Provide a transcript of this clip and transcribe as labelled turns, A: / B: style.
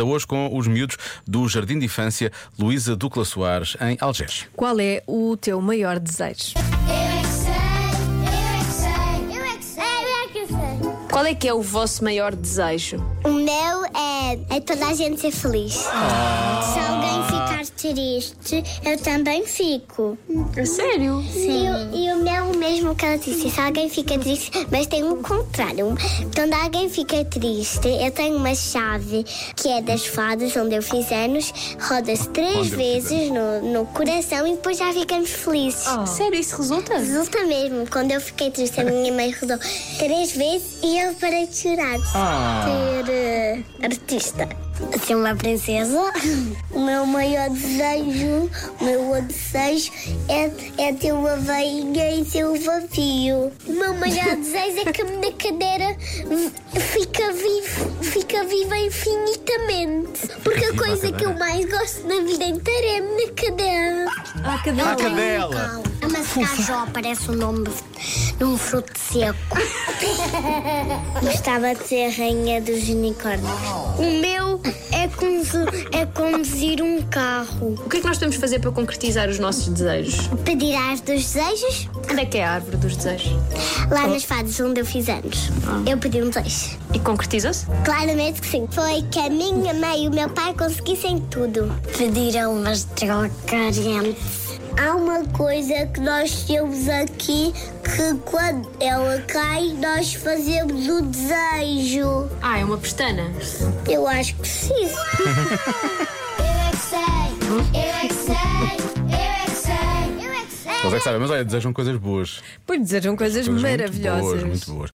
A: hoje com os miúdos do Jardim de Infância Luísa Ducla Soares, em Algés.
B: Qual é o teu maior desejo? Qual é que é o vosso maior desejo?
C: O meu é, é toda a gente ser feliz.
A: Ah.
C: Se alguém ficar triste, eu também fico.
B: A sério?
C: Sim. E, o- e o meu mesmo que ela disse, se alguém fica triste, mas tem um contrário. Quando alguém fica triste, eu tenho uma chave que é das fadas onde eu fiz anos, roda-se
A: Onde eu
C: três
A: fiz
C: vezes no, no coração e depois já ficamos felizes.
A: Ah.
B: Sério, isso resulta?
C: Resulta mesmo, quando eu fiquei triste, a minha mãe rodou três vezes e eu parei de chorar.
A: Ah.
C: Ser eh, artista. Ser uma princesa. O meu maior desejo, o meu outro desejo é, é ter uma veinha e ter um vazio. O meu maior desejo é que a minha cadeira v- fica, viv- fica viva infinitamente. Porque a
A: Viva a
C: coisa que
A: cadeira.
C: eu mais gosto na vida inteira é a minha cadeira.
B: Ah, cada um.
A: cadela!
C: A mascajó parece o nome de um fruto seco. Gostava de ser a rainha dos unicórnios. O meu é, condu- é conduzir um carro.
B: O que é que nós temos de fazer para concretizar os nossos desejos?
C: Pedir aos dos desejos
B: Onde é que é a árvore dos desejos?
C: lá nas fadas onde eu fiz anos. Eu pedi um desejo.
B: E concretiza-se?
C: Claramente que sim. Foi que a minha mãe e o meu pai conseguissem tudo. Pediram umas drogas. Há uma coisa que nós temos aqui que quando ela cai, nós fazemos o desejo.
B: Ah, é uma pestana.
C: Eu acho que sim. Eu é que sei, eu é que sei, eu é que sei, eu é que sei.
A: Eles é que sabem, mas olha, desejam coisas boas.
D: Pois desejam coisas
A: Coisas muito
D: maravilhosas.
A: boas, muito boas.